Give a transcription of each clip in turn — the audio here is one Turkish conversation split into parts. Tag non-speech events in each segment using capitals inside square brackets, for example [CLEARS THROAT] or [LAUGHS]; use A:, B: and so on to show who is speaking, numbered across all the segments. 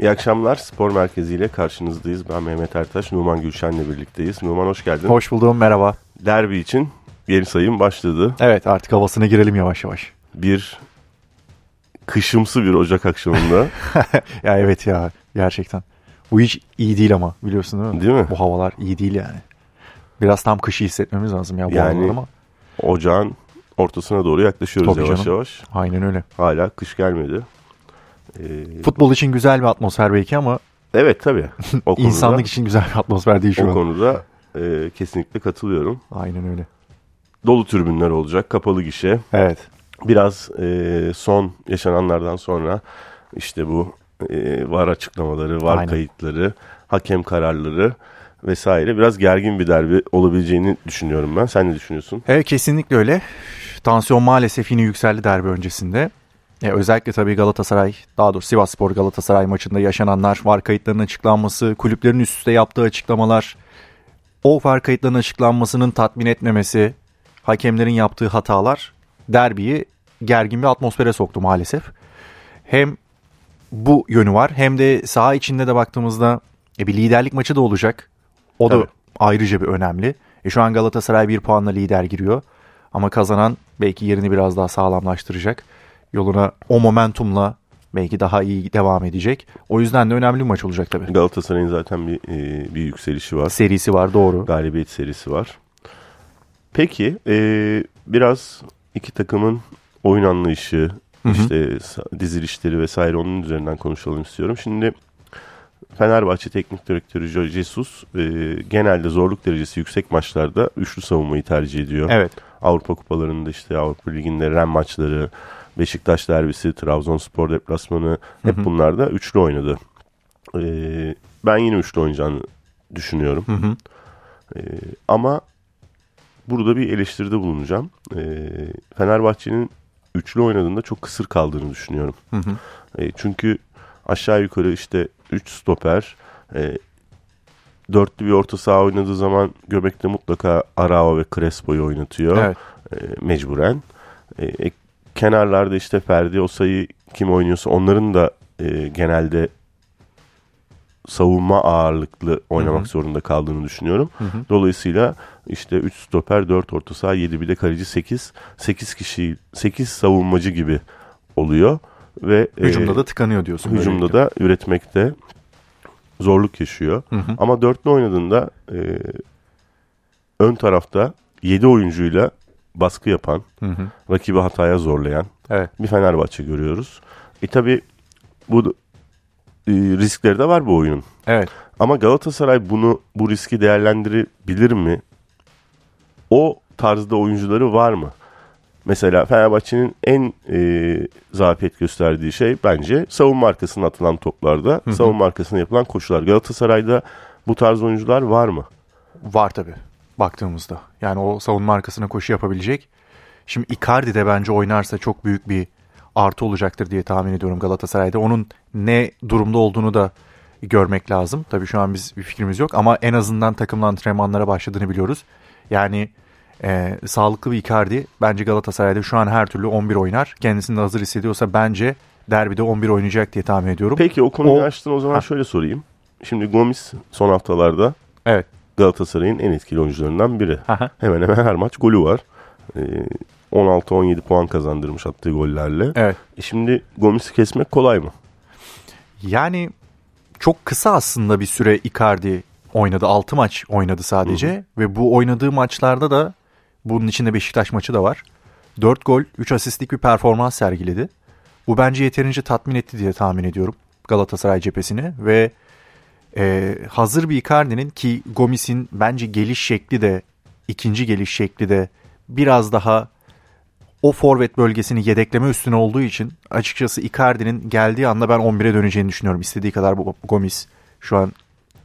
A: İyi akşamlar. Spor Merkezi ile karşınızdayız. Ben Mehmet Ertaş, Numan Gülşen'le birlikteyiz. Numan hoş geldin.
B: Hoş buldum merhaba.
A: Derbi için geri sayım başladı.
B: Evet artık havasına girelim yavaş yavaş.
A: Bir kışımsı bir Ocak
B: [LAUGHS]
A: akşamında
B: Ya evet ya gerçekten. Bu hiç iyi değil ama biliyorsun değil mi?
A: Değil mi?
B: Bu havalar iyi değil yani. Biraz tam kışı hissetmemiz lazım ya bu
A: Yani-
B: havalar ama.
A: ocağın ortasına doğru yaklaşıyoruz
B: Tabii
A: yavaş
B: canım.
A: yavaş.
B: Aynen öyle.
A: Hala kış gelmedi. Ee,
B: Futbol için güzel bir atmosfer belki ama
A: evet tabii.
B: [LAUGHS]
A: O konuda,
B: insanlık için güzel bir atmosfer değil şu
A: o
B: an.
A: konuda e, kesinlikle katılıyorum.
B: Aynen öyle.
A: Dolu tribünler olacak, kapalı gişe.
B: Evet.
A: biraz e, son yaşananlardan sonra işte bu e, var açıklamaları, var
B: Aynen.
A: kayıtları, hakem kararları vesaire biraz gergin bir derbi olabileceğini düşünüyorum ben. Sen ne düşünüyorsun?
B: Evet kesinlikle öyle. Tansiyon maalesef yine yükseldi derbi öncesinde. E, özellikle tabii Galatasaray, daha doğrusu Sivasspor Galatasaray maçında yaşananlar, var kayıtlarının açıklanması, kulüplerin üst üste yaptığı açıklamalar, o var kayıtlarının açıklanmasının tatmin etmemesi, hakemlerin yaptığı hatalar derbiyi gergin bir atmosfere soktu maalesef. Hem bu yönü var hem de saha içinde de baktığımızda e, bir liderlik maçı da olacak. O da
A: Tabii.
B: ayrıca bir önemli. E, şu an Galatasaray bir puanla lider giriyor. Ama kazanan belki yerini biraz daha sağlamlaştıracak. Yoluna o momentumla belki daha iyi devam edecek. O yüzden de önemli bir maç olacak tabii.
A: Galatasaray'ın zaten bir e, bir yükselişi var.
B: Serisi var doğru.
A: Galibiyet serisi var. Peki e, biraz iki takımın oyun anlayışı,
B: Hı hı.
A: işte sa- dizilişleri vesaire onun üzerinden konuşalım istiyorum. Şimdi Fenerbahçe Teknik Direktörü Jo- Jesus e, genelde zorluk derecesi yüksek maçlarda üçlü savunmayı tercih ediyor.
B: Evet.
A: Avrupa kupalarında işte Avrupa Ligi'nde Ren maçları, Beşiktaş derbisi, Trabzonspor deplasmanı hep
B: Hı hı.
A: bunlarda üçlü oynadı. E, ben yine üçlü oynayacağını düşünüyorum.
B: Hı hı.
A: Ee, ama burada bir eleştiride bulunacağım. Ee, Fenerbahçe'nin üçlü oynadığında çok kısır kaldığını düşünüyorum.
B: Hı hı.
A: Ee, çünkü aşağı yukarı işte 3 stoper, e, dörtlü bir orta saha oynadığı zaman Göbek'te mutlaka Arao ve Crespo'yu oynatıyor
B: Evet.
A: e, mecburen. E, e, kenarlarda işte Ferdi, Osayi kim oynuyorsa onların da e, genelde savunma ağırlıklı oynamak
B: Hı hı.
A: zorunda kaldığını düşünüyorum.
B: Hı hı.
A: Dolayısıyla işte 3 stoper, 4 orta saha, 7 bir de kaleci 8. 8 kişi, 8 savunmacı gibi oluyor ve e,
B: Hücumda da tıkanıyor diyorsun.
A: hücumda
B: böylelikle.
A: da üretmekte zorluk yaşıyor.
B: Hı hı.
A: Ama dörtlü oynadığında e, ön tarafta 7 oyuncuyla baskı yapan,
B: Hı hı.
A: rakibi hataya zorlayan
B: Evet.
A: bir Fenerbahçe görüyoruz. E tabi bu da- e, riskleri de var bu oyunun.
B: Evet.
A: Ama Galatasaray bunu bu riski değerlendirebilir mi? O tarzda oyuncuları var mı? Mesela Fenerbahçe'nin en e, zafiyet gösterdiği şey bence savunma arkasına atılan toplarda,
B: hı.
A: savunma arkasına yapılan koşular. Galatasaray'da bu tarz oyuncular var mı?
B: Var tabii baktığımızda. Yani o savunma arkasına koşu yapabilecek. Şimdi Icardi de bence oynarsa çok büyük bir artı olacaktır diye tahmin ediyorum Galatasaray'da. Onun ne durumda olduğunu da görmek lazım. Tabii şu an biz bir fikrimiz yok ama en azından takımla antrenmanlara başladığını biliyoruz. Yani e, sağlıklı bir Icardi bence Galatasaray'da şu an her türlü 11 oynar. Kendisini de hazır hissediyorsa bence derbide 11 oynayacak diye tahmin ediyorum.
A: Peki o konuyu
B: O-
A: açtın o zaman
B: Ha.
A: şöyle sorayım. Şimdi Gomis son haftalarda
B: Evet.
A: Galatasaray'ın en etkili oyuncularından biri.
B: Aha.
A: Hemen hemen her maç golü var. E, 16-17 puan kazandırmış attığı gollerle.
B: Evet.
A: E Şimdi Gomis'i kesmek kolay mı?
B: Yani çok kısa aslında bir süre Icardi oynadı. 6 maç oynadı sadece ve bu oynadığı maçlarda da bunun içinde Beşiktaş maçı da var. 4 gol, 3 asistlik bir performans sergiledi. Bu bence yeterince tatmin etti diye tahmin ediyorum Galatasaray cephesini ve e, hazır bir Icardi'nin ki Gomis'in bence geliş şekli de ikinci geliş şekli de biraz daha o forvet bölgesini yedekleme üstüne olduğu için açıkçası Icardi'nin geldiği anda ben 11'e döneceğini düşünüyorum. İstediği kadar bu bu Gomis şu an.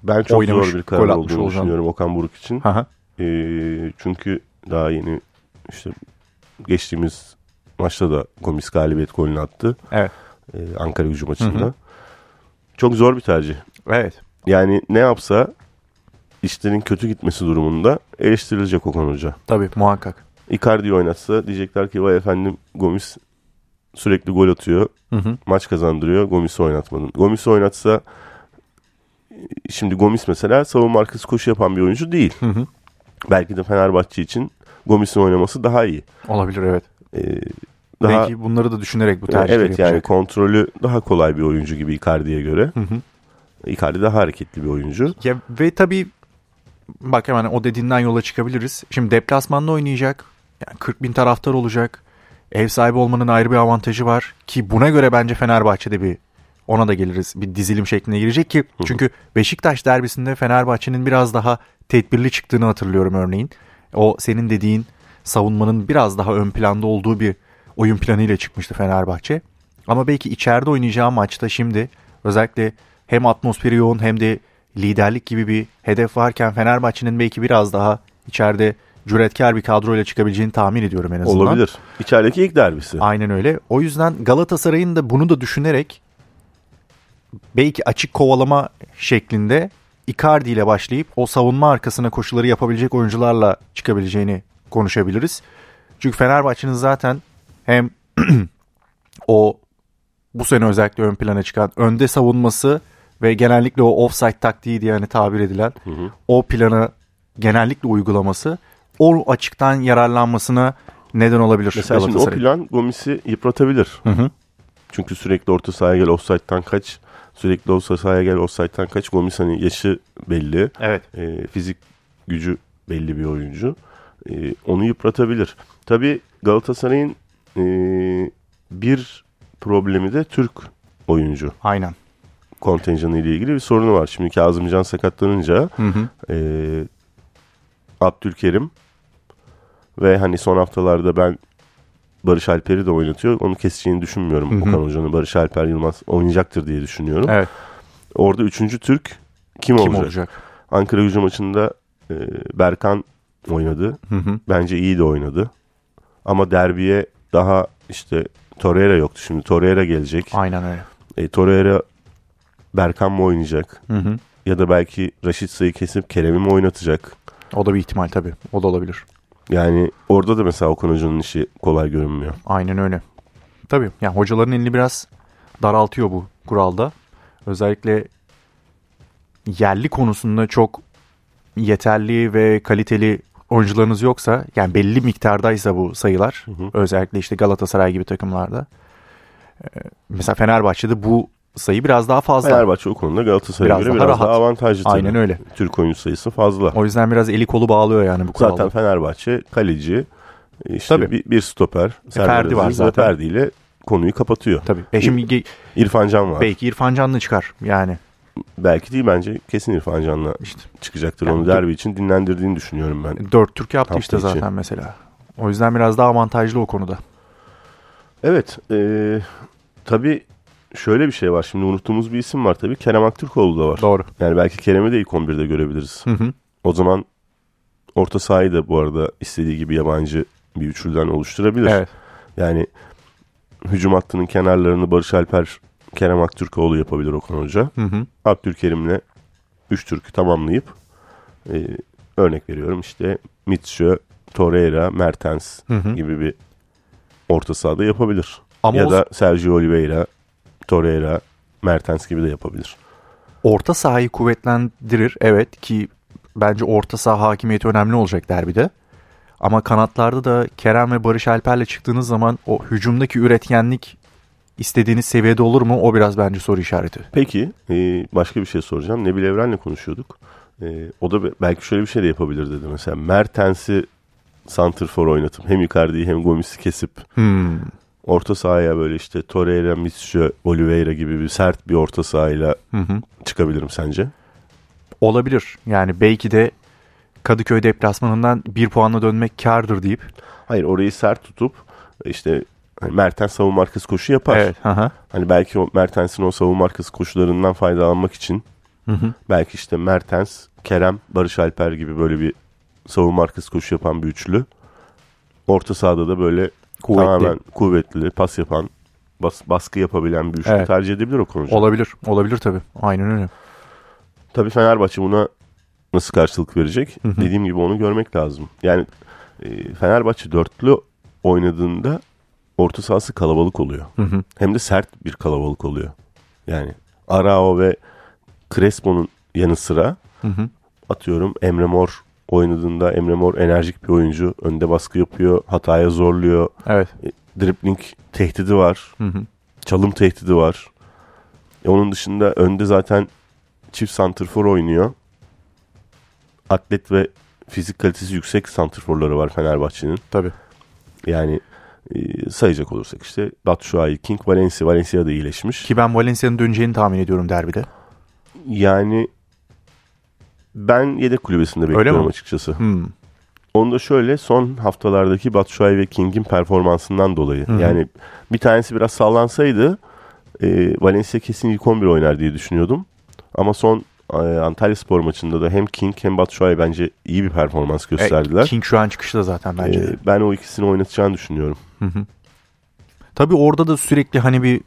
A: Ben çok
B: Oynamış,
A: zor bir
B: gol
A: karar
B: atmış
A: olduğunu
B: olacağım.
A: düşünüyorum Okan Buruk için.
B: Hı hı.
A: Ee, çünkü daha yeni işte geçtiğimiz maçta da Gomis galibiyet golünü attı.
B: Evet.
A: Ee, Ankara gücü maçında. Çok zor bir tercih.
B: Evet.
A: Yani ne yapsa işlerin kötü gitmesi durumunda eleştirilecek Okan Hoca.
B: Tabii muhakkak.
A: Icardi'yi oynatsa diyecekler ki vay efendim Gomis sürekli gol atıyor.
B: Hı hı.
A: Maç kazandırıyor. Gomis'i oynatmanın. Gomis'i oynatsa şimdi Gomis mesela savunma arkası koşu yapan bir oyuncu değil.
B: Hı hı.
A: Belki de Fenerbahçe için Gomis'in oynaması daha iyi.
B: Olabilir evet.
A: Ee, daha e,
B: Belki bunları da düşünerek bu tercihleri
A: evet yani
B: yapacak.
A: kontrolü daha kolay bir oyuncu gibi Icardi'ye göre.
B: hı.
A: Icardi daha hareketli bir oyuncu.
B: Ya ve tabii bak hemen o dediğinden yola çıkabiliriz. Şimdi deplasmanda oynayacak. Yani 40 bin taraftar olacak. Ev sahibi olmanın ayrı bir avantajı var. Ki buna göre bence Fenerbahçe'de bir ona da geliriz. Bir dizilim şeklinde girecek ki. Çünkü Beşiktaş derbisinde Fenerbahçe'nin biraz daha tedbirli çıktığını hatırlıyorum örneğin. O senin dediğin savunmanın biraz daha ön planda olduğu bir oyun planıyla çıkmıştı Fenerbahçe. Ama belki içeride oynayacağı maçta şimdi özellikle hem atmosferi yoğun hem de liderlik gibi bir hedef varken Fenerbahçe'nin belki biraz daha içeride cüretkar bir kadroyla çıkabileceğini tahmin ediyorum en azından.
A: Olabilir. İçerideki ilk derbisi.
B: Aynen öyle. O yüzden Galatasaray'ın da bunu da düşünerek belki açık kovalama şeklinde Icardi ile başlayıp o savunma arkasına koşuları yapabilecek oyuncularla çıkabileceğini konuşabiliriz. Çünkü Fenerbahçe'nin zaten hem [CLEARS THROAT] o bu sene özellikle ön plana çıkan önde savunması ve genellikle o offside taktiği diye hani tabir edilen o planı genellikle uygulaması o açıktan yararlanmasına neden olabilir
A: Mesela şimdi o
B: Galatasaray'ın.
A: plan Gomis'i yıpratabilir.
B: hı.
A: Çünkü sürekli orta sahaya gel offside'dan kaç. Sürekli orta sahaya gel offside'dan kaç. Gomis hani yaşı belli.
B: Evet.
A: E, fizik gücü belli bir oyuncu. E, onu yıpratabilir. Tabii Galatasaray'ın e, bir problemi de Türk oyuncu
B: Aynen.
A: kontenjanı ile ilgili bir sorunu var. Şimdi Kazımcan sakatlanınca e, Abdülkerim ve hani son haftalarda ben Barış Alper'i de oynatıyor. Onu keseceğini düşünmüyorum. Okan Hoca'nın Barış Alper Yılmaz oynayacaktır diye düşünüyorum.
B: Evet.
A: Orada üçüncü Türk kim,
B: Kim
A: olacak?
B: olacak?
A: Ankara gücü maçında e, Berkan oynadı.
B: hı.
A: Bence iyi de oynadı. Ama derbiye daha işte Torreira yoktu. Şimdi Torreira gelecek.
B: Aynen öyle.
A: E, Torreira Berkan mı oynayacak?
B: Hı hı.
A: Ya da belki Raşit Say'ı kesip Kerem'i mi oynatacak?
B: O da bir ihtimal tabii. O da olabilir.
A: Yani orada da mesela Okan Hoca'nın işi kolay görünmüyor.
B: Aynen öyle. Tabii. Yani hocaların elini biraz daraltıyor bu kuralda. Özellikle yerli konusunda çok yeterli ve kaliteli oyuncularınız yoksa yani belli miktardaysa bu sayılar özellikle işte Galatasaray gibi takımlarda Ee, mesela Fenerbahçe'de bu sayı biraz daha fazla.
A: Fenerbahçe o konuda Galatasaray'a
B: Biraz
A: göre
B: daha
A: biraz daha
B: rahat.
A: avantajlı tabii.
B: Aynen öyle.
A: Türk oyuncu sayısı fazla.
B: O yüzden biraz eli kolu bağlıyor yani bu kuralda.
A: Zaten Fenerbahçe kaleci işte
B: Tabii. E,
A: Bir, bir stoper Serdar
B: Ferdi var
A: Aziz ve
B: zaten.
A: Ferdi ile konuyu kapatıyor.
B: Tabii. E şimdi ge-
A: İrfan Can var.
B: belki İrfan Canlı çıkar yani.
A: Belki değil bence kesin İrfan Can'la
B: İşte.
A: çıkacaktır.
B: Yani
A: onu derbi için dinlendirdiğini düşünüyorum ben.
B: Dört Türk yaptı
A: Hafta
B: işte
A: içi.
B: zaten mesela. O yüzden biraz daha avantajlı o konuda.
A: Evet. tabi tabii şöyle bir şey var. Şimdi unuttuğumuz bir isim var tabii. Kerem Aktürkoğlu da var.
B: Doğru.
A: Yani belki Kerem'i de ilk 11'de görebiliriz.
B: Hı hı.
A: O zaman orta sahayı da bu arada istediği gibi yabancı bir üçlüden oluşturabilir.
B: Evet.
A: Yani hücum hattının kenarlarını Barış Alper, Kerem Aktürkoğlu yapabilir Okan Hoca.
B: Hı hı.
A: Abdülkerim'le 3 türkü tamamlayıp e, örnek veriyorum işte Mitsu, Torreira, Mertens
B: Hı hı.
A: gibi bir orta sahada yapabilir.
B: Ama
A: ya
B: o-
A: da Sergio Oliveira, Torreira, Mertens gibi de yapabilir.
B: Orta sahayı kuvvetlendirir evet ki bence orta saha hakimiyeti önemli olacak derbide. Ama kanatlarda da Kerem ve Barış Alper'le çıktığınız zaman o hücumdaki üretkenlik istediğiniz seviyede olur mu? O biraz bence soru işareti.
A: Peki e, başka bir şey soracağım. Nebil Evren'le konuşuyorduk. E, o da be- belki şöyle bir şey de yapabilir dedi. Mesela Mertens'i Santrfor oynatıp hem Icardi'yi hem Gomis'i kesip
B: Hmm.
A: orta sahaya böyle işte Torreira, Mitsu, Oliveira gibi bir sert bir orta sahayla
B: Hı hı.
A: çıkabilirim sence?
B: Olabilir. Yani belki de Kadıköy deplasmanından bir puanla dönmek kardır deyip.
A: Hayır orayı sert tutup işte hani Mertens savunma arkası koşu yapar.
B: Evet. Hı hı.
A: Hani belki o Mertens'in o savunma arkası koşularından faydalanmak için
B: Hı hı.
A: belki işte Mertens, Kerem, Barış Alper gibi böyle bir savunma arkası koşu yapan bir üçlü. Orta sahada da böyle
B: Kuvvetli.
A: tamamen kuvvetli, pas yapan, bas- baskı yapabilen bir üçlü
B: Evet.
A: tercih edebilir o konucu.
B: Olabilir. Olabilir tabii. Aynen öyle.
A: Tabii Fenerbahçe buna nasıl karşılık verecek? Dediğim gibi onu görmek lazım. Yani e, Fenerbahçe dörtlü oynadığında orta sahası kalabalık oluyor.
B: hı.
A: Hem de sert bir kalabalık oluyor. Yani Arao ve Crespo'nun yanı sıra
B: hı.
A: atıyorum Emre Mor oynadığında Emre Mor enerjik bir oyuncu. Önde baskı yapıyor, hataya zorluyor.
B: Evet.
A: E, Dribbling tehdidi var.
B: Hı hı.
A: Çalım tehdidi var. E, onun dışında önde zaten çift santrfor oynuyor. Atlet ve fizik kalitesi yüksek santrforları var Fenerbahçe'nin.
B: Tabii.
A: Yani e, sayacak olursak işte Batshuayi, King, Valencia. Valencia da iyileşmiş.
B: Ki ben Valencia'nın döneceğini tahmin ediyorum derbide.
A: Yani ben yedek kulübesinde
B: Öyle
A: bekliyorum
B: mi?
A: açıkçası.
B: Hmm.
A: Onu da şöyle son haftalardaki Batshuayi ve King'in performansından dolayı.
B: hı.
A: Yani bir tanesi biraz sallansaydı e, Valencia kesin ilk 11 oynar diye düşünüyordum. Ama son e, Antalya Spor maçında da hem King hem Batshuayi bence iyi bir performans
B: E,
A: gösterdiler.
B: King şu an çıkışta zaten bence.
A: E, ben o ikisini oynatacağını düşünüyorum.
B: Tabii orada da sürekli hani bir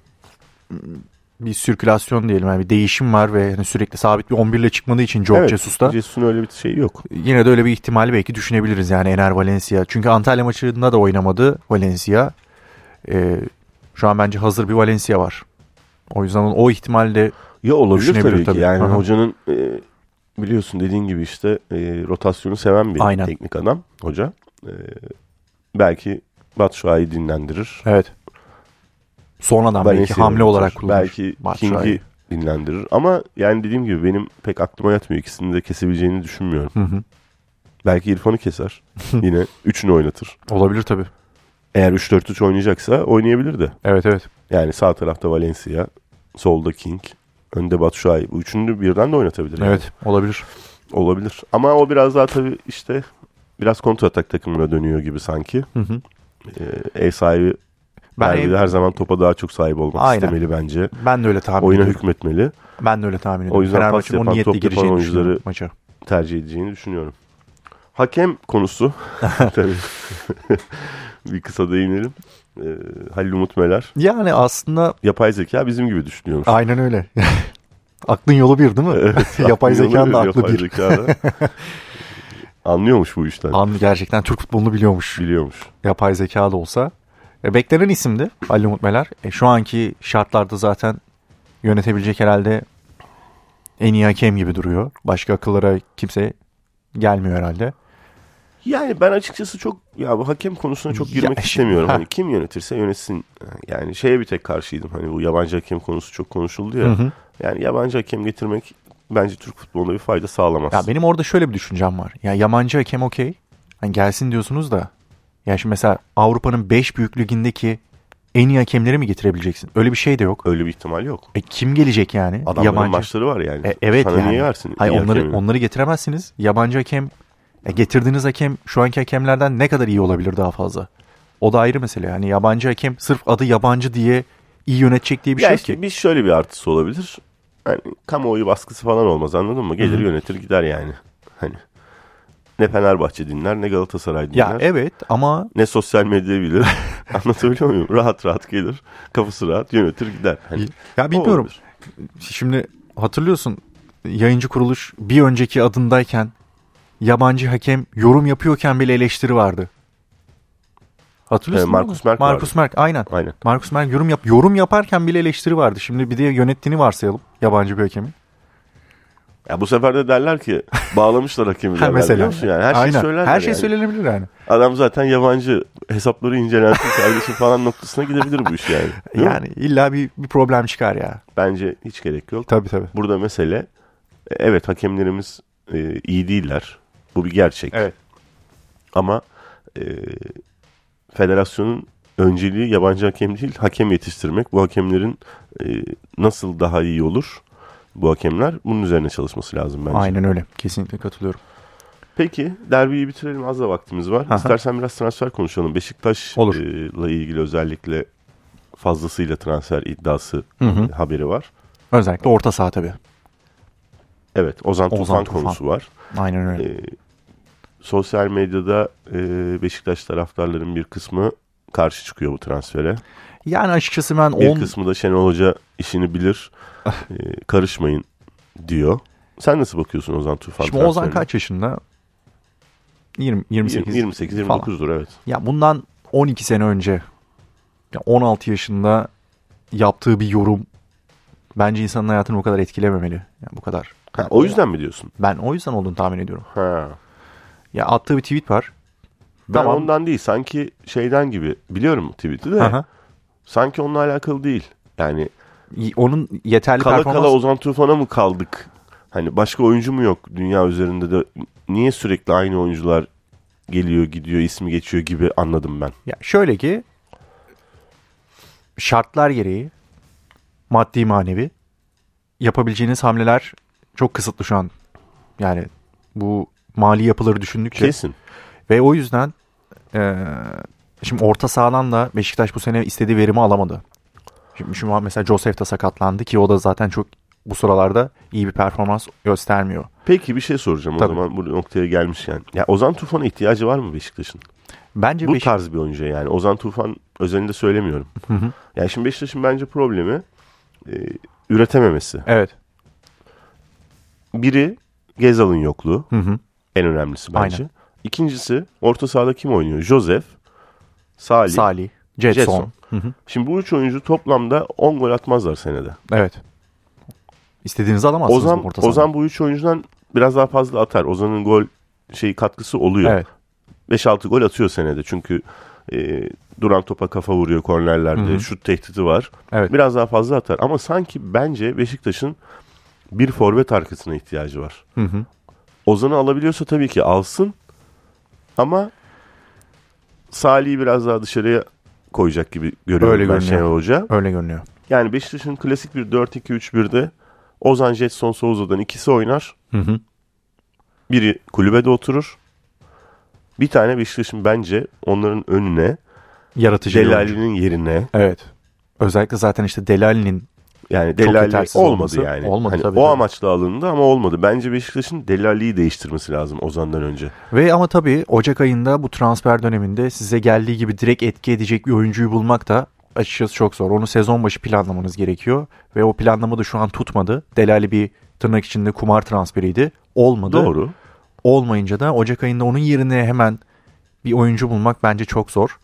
B: bir sirkülasyon diyelim yani bir değişim var ve hani sürekli sabit bir 11 ile çıkmadığı için Joe
A: evet,
B: Jesus'ta
A: Jesus'un öyle bir şeyi yok.
B: yine de öyle bir ihtimali belki düşünebiliriz yani Ener Valencia. Çünkü Antalya maçında da oynamadı Valencia. Ee, şu an bence hazır bir Valencia var. O yüzden o ihtimal de
A: Ya olabilir
B: Düşünebilir
A: tabii ki.
B: tabii.
A: Yani
B: Aha.
A: hocanın e, biliyorsun dediğin gibi işte e, rotasyonu seven bir
B: Aynen.
A: teknik adam hoca. E, belki Batshuayi dinlendirir.
B: evet. Sonradan belki
A: Valencia'yı
B: hamle
A: oynatır.
B: olarak kullanır.
A: Belki
B: Batshuayi.
A: King'i dinlendirir. Ama yani dediğim gibi benim pek aklıma yatmıyor. İkisini de kesebileceğini düşünmüyorum.
B: Hı hı.
A: Belki İrfan'ı
B: [LAUGHS]
A: keser. Yine üçünü oynatır.
B: Olabilir tabii.
A: Eğer 3-4-3 oynayacaksa oynayabilir de.
B: Evet evet.
A: Yani sağ tarafta Valencia, solda King, önde Batshuayi. Bu üçünü birden de oynatabilir. yani.
B: Evet olabilir.
A: Olabilir. Ama o biraz daha tabii işte biraz kontra atak takımına dönüyor gibi sanki.
B: Hı hı.
A: Ee, ev sahibi
B: Ben
A: derbide her zaman topa daha çok sahip olmak
B: Aynen.
A: istemeli bence.
B: ben de öyle tahmin
A: Oyuna
B: ediyorum.
A: hükmetmeli.
B: Ben de öyle tahmin ediyorum.
A: O yüzden pas
B: Fenerbahçe'nin
A: yapan,
B: o niyetle
A: top yapan
B: gireceğini
A: oyuncuları-
B: düşünüyorum maça.
A: Tercih edeceğini düşünüyorum. Hakem konusu.
B: [LAUGHS]
A: tabii. bir kısa değinelim. Ee, Halil Umut Meler.
B: Yani aslında
A: Yapay zeka bizim gibi düşünüyormuş.
B: aynen öyle. [LAUGHS] Aklın yolu bir değil mi? [LAUGHS] yapay zekanın da aklı bir. [LAUGHS]
A: zekada. Anlıyormuş bu işten.
B: Anlı gerçekten Türk futbolunu biliyormuş.
A: Biliyormuş.
B: Yapay zeka da olsa. E, beklenen isimdi Ali Umut Meler. E, şu anki şartlarda zaten yönetebilecek herhalde en iyi hakem gibi duruyor. Başka akıllara kimse gelmiyor herhalde.
A: Yani ben açıkçası çok ya bu hakem konusuna çok
B: Ya
A: girmek
B: şimdi-
A: istemiyorum.
B: Ha.
A: Hani kim yönetirse yönetsin. Yani şeye bir tek karşıydım. Hani bu yabancı hakem konusu çok konuşuldu ya.
B: Hı hı.
A: Yani yabancı hakem getirmek bence Türk futboluna bir fayda sağlamaz.
B: Ya benim orada şöyle bir düşüncem var. Ya yabancı hakem okey. Hani gelsin diyorsunuz da. Ya şimdi mesela Avrupa'nın 5 büyük ligindeki en iyi hakemleri mi getirebileceksin? Öyle bir şey de yok.
A: Öyle bir ihtimal yok.
B: E kim gelecek yani?
A: Adamların
B: yabancı.
A: maçları var yani.
B: E, evet
A: Sana
B: yani.
A: niye versin?
B: Hayır
A: iyi
B: onları
A: hakemi?
B: onları getiremezsiniz. Yabancı hakem e, getirdiğiniz hakem şu anki hakemlerden ne kadar iyi olabilir daha fazla? O da ayrı mesele. Yani yabancı hakem sırf adı yabancı diye iyi yönetecek diye bir
A: ya
B: şey yok
A: işte
B: ki.
A: bir şöyle bir artısı olabilir. Hani kamuoyu baskısı falan olmaz anladın mı? Gelir yönetir gider yani. Hani ne Fenerbahçe dinler ne Galatasaray dinler.
B: Ya e- evet ama
A: Ne sosyal medyayı bilir. [LAUGHS] Anlatabiliyor muyum? Rahat rahat gelir. Kafası rahat yönetir gider. Hani
B: ya bilmiyorum.
A: Olabilir.
B: Şimdi hatırlıyorsun yayıncı kuruluş bir önceki adındayken yabancı hakem yorum yapıyorken bile eleştiri vardı. Hatırlıyorsun
A: Ee,
B: değil mi?
A: Markus Merk
B: Markus Merk aynen.
A: Aynen.
B: Markus Merk yorum yap yorum yaparken bile eleştiri vardı. Şimdi bir de yönettiğini varsayalım yabancı bir hakemin.
A: Ya bu sefer de derler ki bağlamışlar hakemi
B: Ha,
A: derler.
B: mesela.
A: biliyor musun? Yani her şey
B: Aynen.
A: söylerler.
B: Her şey
A: yani.
B: söylenebilir yani.
A: Adam zaten yabancı hesapları incelensin kardeşim falan noktasına gidebilir bu iş
B: [LAUGHS]
A: yani. Değil mi?
B: Yani illa bir, bir problem çıkar ya.
A: Bence hiç gerek yok.
B: Tabii tabii.
A: Burada mesele e, evet hakemlerimiz e, iyi değiller. Bu bir gerçek.
B: Evet.
A: Ama e, federasyonun önceliği yabancı hakem değil, hakem yetiştirmek. Bu hakemlerin e, nasıl daha iyi olur bu hakemler? Bunun üzerine çalışması lazım bence.
B: Aynen öyle. Kesinlikle katılıyorum.
A: Peki derbiyi bitirelim az da vaktimiz var.
B: Aha.
A: İstersen biraz transfer konuşalım.
B: Olur.
A: Beşiktaş'la ilgili özellikle fazlasıyla transfer iddiası
B: Hı hı.
A: e, haberi var.
B: Özellikle orta saha tabii.
A: Evet Ozan,
B: Ozan
A: Tufan,
B: Tufan.
A: konusu var.
B: Aynen öyle.
A: E, sosyal medyada e, Beşiktaş taraftarların bir kısmı karşı çıkıyor bu transfere.
B: Yani açıkçası ben
A: Bir
B: 10
A: kısmı da Şenol Hoca işini bilir. e, karışmayın diyor. Sen nasıl bakıyorsun Ozan Tufan
B: Şimdi Ozan
A: transferine?
B: kaç yaşında? 20 28
A: 28
B: falan.
A: 29 dur evet.
B: Ya bundan 12 sene önce ya 16 yaşında yaptığı bir yorum bence insanın hayatını bu kadar etkilememeli. Yani bu kadar.
A: Ha, o yüzden mi diyorsun?
B: Ben o yüzden olduğunu tahmin ediyorum.
A: Ha.
B: Ya attığı bir tweet var.
A: Ben
B: Tamam.
A: ondan değil sanki şeyden gibi biliyorum tweet'i de
B: Aha.
A: sanki onunla alakalı değil. Yani
B: Y- Onun yeterli
A: kala
B: performans
A: kala Ozan Tufan'a mı kaldık? Hani başka oyuncu mu yok dünya üzerinde de niye sürekli aynı oyuncular geliyor gidiyor ismi geçiyor gibi anladım ben.
B: Ya şöyle ki şartlar gereği maddi manevi yapabileceğiniz hamleler çok kısıtlı şu an. Yani bu mali yapıları düşündükçe
A: Kesin.
B: ve o yüzden eee, şimdi orta sahadan da Beşiktaş bu sene istediği verimi alamadı. Şimdi şu an mesela Josef de sakatlandı ki o da zaten çok bu sıralarda iyi bir performans göstermiyor.
A: Peki bir şey soracağım
B: Tabii.
A: o zaman bu noktaya gelmişken. Ya Ozan Tufan'a ihtiyacı var mı Beşiktaş'ın?
B: Bence
A: Bu
B: Beşik-
A: tarz bir oyuncu yani. Ozan Tufan özelinde söylemiyorum.
B: hı.
A: Yani şimdi Beşiktaş'ın bence problemi e, üretememesi.
B: evet.
A: Biri Gezal'ın yokluğu.
B: Hı hı.
A: En önemlisi bence.
B: Aynen.
A: İkincisi orta sahada kim oynuyor? Josef, Salih.
B: Salih, Jetson.
A: Jetson.
B: Hı hı.
A: Şimdi bu üç oyuncu toplamda 10 gol atmazlar senede.
B: Evet. İstediğinizi alamazsınız bu
A: Ozan
B: orta sahadan.
A: Ozan bu üç oyuncudan biraz daha fazla atar. Ozan'ın gol şey katkısı oluyor.
B: Evet.
A: 5-6 gol atıyor senede. Çünkü e, duran topa kafa vuruyor kornerlerde.
B: Hı hı.
A: Şut tehdidi var.
B: Evet.
A: Biraz daha fazla atar. Ama sanki bence Beşiktaş'ın bir forvet arkasına ihtiyacı var.
B: Hı hı.
A: Ozan'ı alabiliyorsa tabii ki alsın. Ama Salih'i biraz daha dışarıya koyacak gibi görüyorum
B: Öyle
A: ben
B: görünüyor.
A: Şenol Hoca.
B: Öyle görünüyor.
A: Yani Beşiktaş'ın klasik bir 4-2-3-1'de Ozan Jetson Souza'dan ikisi oynar.
B: Hı hı.
A: Biri kulübede oturur. Bir tane Beşiktaş'ın bence onların önüne
B: Yaratıcı bir şey oyuncu.
A: Delali'nin yerine
B: Evet. Özellikle zaten işte Delali'nin
A: yani Delali
B: yetersiz
A: olmadı
B: olması.
A: yani.
B: Olmadı
A: Hani
B: tabii,
A: o
B: tabii.
A: amaçla alındı ama olmadı. Bence Beşiktaş'ın Delali'yi değiştirmesi lazım Ozan'dan önce.
B: ve ama tabii Ocak ayında bu transfer döneminde size geldiği gibi direkt etki edecek bir oyuncuyu bulmak da açıkçası çok zor. Onu sezon başı planlamanız gerekiyor ve o planlama da şu an tutmadı. Delali bir tırnak içinde kumar transferiydi. Olmadı.
A: Doğru.
B: Olmayınca da Ocak ayında onun yerine hemen bir oyuncu bulmak bence çok zor.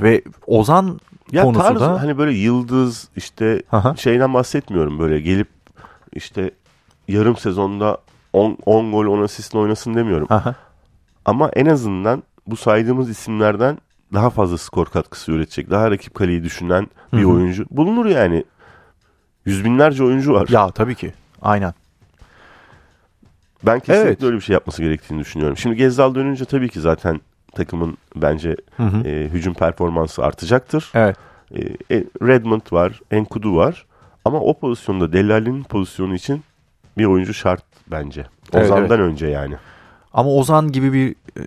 B: Ve Ozan
A: Ya
B: konusu
A: tarz
B: da
A: hani böyle yıldız işte
B: Aha.
A: şeyden bahsetmiyorum böyle gelip işte yarım sezonda 10 10 gol 10 asistle oynasın demiyorum.
B: Aha.
A: Ama en azından bu saydığımız isimlerden daha fazla skor katkısı üretecek. Daha rakip kaleyi düşünen bir
B: Hı hı.
A: oyuncu bulunur yani. Yüz binlerce oyuncu var.
B: ya tabii ki. Aynen.
A: ben kesinlikle
B: Evet.
A: öyle bir şey yapması gerektiğini düşünüyorum. Şimdi Gezdal dönünce tabii ki zaten takımın bence
B: Hı hı.
A: e, hücum performansı artacaktır.
B: Evet.
A: E, e, Redmond var, Enkudu var. Ama o pozisyonda Delali'nin pozisyonu için bir oyuncu şart bence.
B: Evet,
A: Ozan'dan önce yani.
B: Ama Ozan gibi bir e,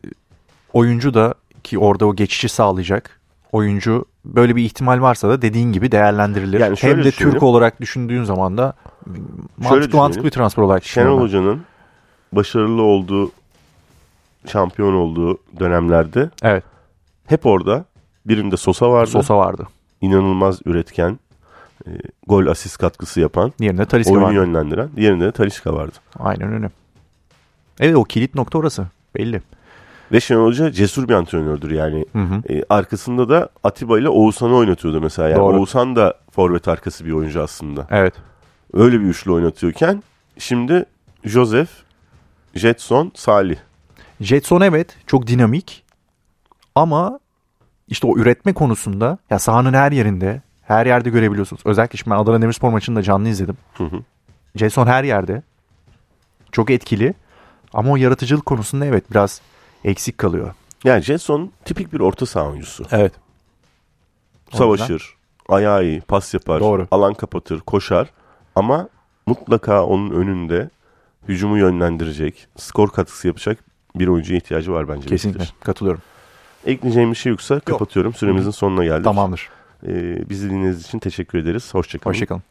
B: oyuncu da ki orada o geçişi sağlayacak oyuncu böyle bir ihtimal varsa da dediğin gibi değerlendirilir.
A: Yani şöyle
B: Hem de
A: düşünelim.
B: Türk olarak düşündüğün zaman da m, mantıklı,
A: düşünelim.
B: mantıklı bir transfer olarak düşünüyorum.
A: Şenol
B: ben.
A: Hoca'nın başarılı olduğu, şampiyon olduğu dönemlerde
B: Evet.
A: hep orada birinde Sosa vardı.
B: Sosa vardı.
A: İnanılmaz üretken, e, gol asist katkısı yapan,
B: Yerine Talisca
A: oyunu
B: vardı.
A: yönlendiren. Diğerinde de Talisca vardı.
B: Aynen öyle. Evet o kilit nokta orası. Belli.
A: Ve Şenol Hoca cesur bir antrenördür yani.
B: Hı hı.
A: E, arkasında da Atiba ile Oğuzhan'ı oynatıyordu mesela. Yani
B: Doğru.
A: Oğuzhan da forvet arkası bir oyuncu aslında.
B: Evet.
A: Öyle bir üçlü oynatıyorken şimdi Josef, Jetson, Salih.
B: Jetson evet çok dinamik ama işte o üretme konusunda ya sahanın her yerinde her yerde görebiliyorsunuz. Özellikle şimdi ben Adana Demirspor maçını da canlı izledim.
A: Hı hı.
B: Jetson her yerde çok etkili ama o yaratıcılık konusunda evet biraz eksik kalıyor.
A: Yani Jetson tipik bir orta saha oyuncusu.
B: Evet.
A: Savaşır, ayağı iyi, pas yapar,
B: Doğru.
A: alan kapatır, koşar. Ama mutlaka onun önünde hücumu yönlendirecek, skor katkısı yapacak bir oyuncuya ihtiyacı var bence.
B: Kesinlikle
A: Beşiktaş'ın.
B: katılıyorum.
A: Ekleyeceğim bir şey yoksa kapatıyorum. Süremizin sonuna geldik.
B: Tamamdır.
A: Ee, bizi dinlediğiniz için teşekkür ederiz. Hoşçakalın.
B: Hoşçakalın.